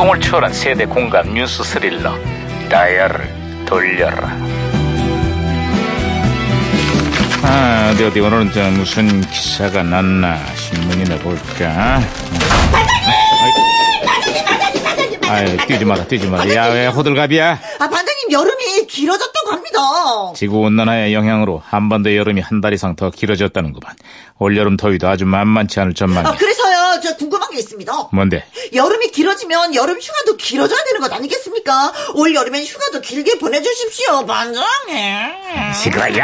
감동을 초월한 세대 공감 뉴스 스릴러 다이얼을 돌려라 아 어디 어디 오늘은 저 무슨 기사가 났나 신문이나 볼까 반장님, 반장님, 반장님, 아유 반장님. 뛰지 마라 뛰지 마라 야왜 호들갑이야 아, 반장님, 여름이 길어졌다고 합니다. 지구온난화의 영향으로 한반도의 여름이 한 달 이상 더 길어졌다는구만 올여름 더위도 아주 만만치 않을 아, 전망이야 그래서요, 저 궁금한 게 있습니다. 뭔데 여름이 길어지면 여름 휴가도 길어져야 되는 것 아니겠습니까? 올 여름엔 휴가도 길게 보내주십시오, 반장님. 지거야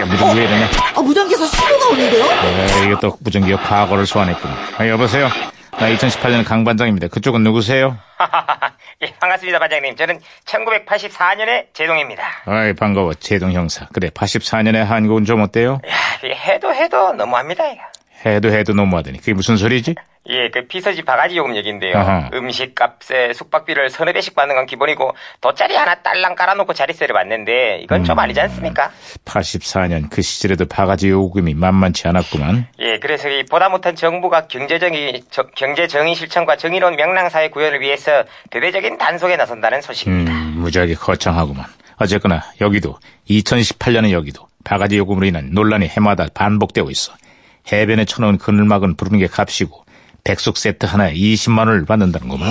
야 무전기 왜 이러냐 아, 무전기에서 신호가 오는데요? 아, 이게 또 무전기가 과거를 소환했군요 아, 여보세요 나 2018년 강반장입니다 그쪽은 누구세요 예, 반갑습니다, 반장님. 저는 1984년에 제동입니다. 아이 반가워 제동 형사 그래 84년에 한국은 좀 어때요 야, 이게 해도 해도 너무합니다. 이거. 해도 해도 너무하더니 그게 무슨 소리지 예, 그 피서지 바가지 요금 얘기인데요. 아하. 음식 값에 숙박비를 서너 배씩 받는 건 기본이고 돗자리 하나 딸랑 깔아놓고 자릿세를 받는데 이건 음. 좀 아니지 않습니까? 84년 그 시절에도 바가지 요금이 만만치 않았구만 예, 그래서 이 보다 못한 정부가 경제정의 저- 경제정의 실천과 정의로운 명랑사회 구현을 위해서 대대적인 단속에 나선다는 소식입니다. 음, 무지하게 거창하구만. 어쨌거나 여기도 2018년에 여기도 바가지 요금으로 인한 논란이 해마다 반복되고 있어. 해변에 쳐놓은 그늘막은 부르는 게 값이고 백숙 세트 하나에 20만 원을 받는다는구만.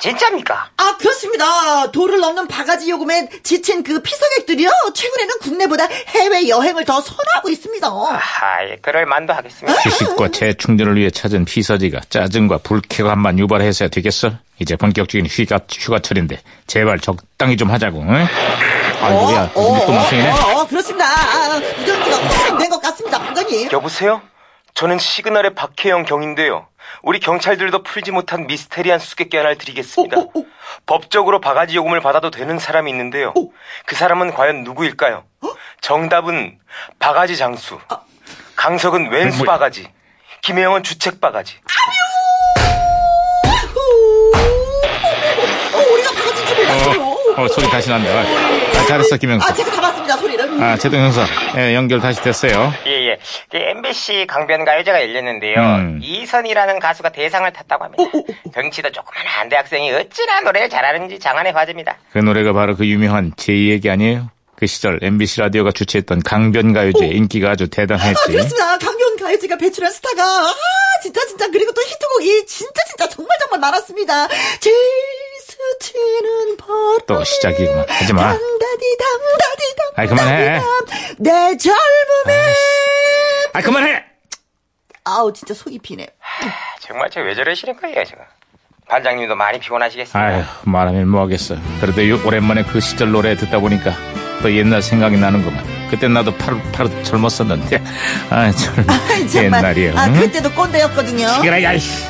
진짜입니까? 아, 그렇습니다. 도를 넘는 바가지 요금에 지친 그 피서객들이요, 최근에는 국내보다 해외 여행을 더 선호하고 있습니다. 아하, 예, 그럴 만도 하겠습니다. 휴식과 재충전을 위해 찾은 피서지가 짜증과 불쾌감만 유발해서야 되겠어? 이제 본격적인 휴가, 휴가철인데 제발 적당히 좀 하자고. 응? 아이고 야 무슨 또 망생이네. 어, 어, 그렇습니다. 아, 아, 무전기가 확산된 것 같습니다, 반장님. 여보세요? 저는 시그널의 박혜영 경인데요. 우리 경찰들도 풀지 못한 미스테리한 수수께끼 하나를 드리겠습니다. 오, 오, 오. 법적으로 바가지 요금을 받아도 되는 사람이 있는데요. 그 사람은 과연 누구일까요? 정답은 바가지 장수. 강석은 왼수 뭐야? 바가지. 김혜영은 주책 바가지. 어, 우리가 바가지인 줄 몰랐어요. 어, 어, 소리 다시 난다. 아, 잘했어 김영수. 아, 제가 잡았습니다, 소리를. 아 제동 형사 예, 연결 다시 됐어요. 예예. 그 MBC 강변가요제가 열렸는데요. 음. 이선이라는 가수가 대상을 탔다고 합니다. 덩치도 조그만한 대학생이 어찌나 노래를 잘하는지 장안의 화제입니다. 그 노래가 바로 그 유명한 제2 얘기 아니에요? 그 시절 MBC 라디오가 주최했던 강변가요제 의 인기가 아주 어? 아, 대단했지. 그렇습니다. 강연 가요제가 배출한 스타가 아 진짜 진짜 그리고 또 히트곡이 진짜 진짜 정말 정말 많았습니다. 제스치는 바람 또 시작이구만. 하지 마. 당다디 당다디 당. 아이, 그만해. 당다디당. 내 젊음에 아 그만해. 아우 진짜 속이 피네. 정말 저 왜 저러시는 거예요 지금? 반장님도 많이 피곤하시겠어요. 아휴 말하면 뭐하겠어. 그래도 요- 오랜만에 그 시절 노래 듣다 보니까 또 옛날 생각이 나는구만. 그때 나도 파릇 파릇 젊었었는데. 아 젊. 아이, 정말. 옛날이요. 아 그때도 꼰대였거든요. 그래 야이씨.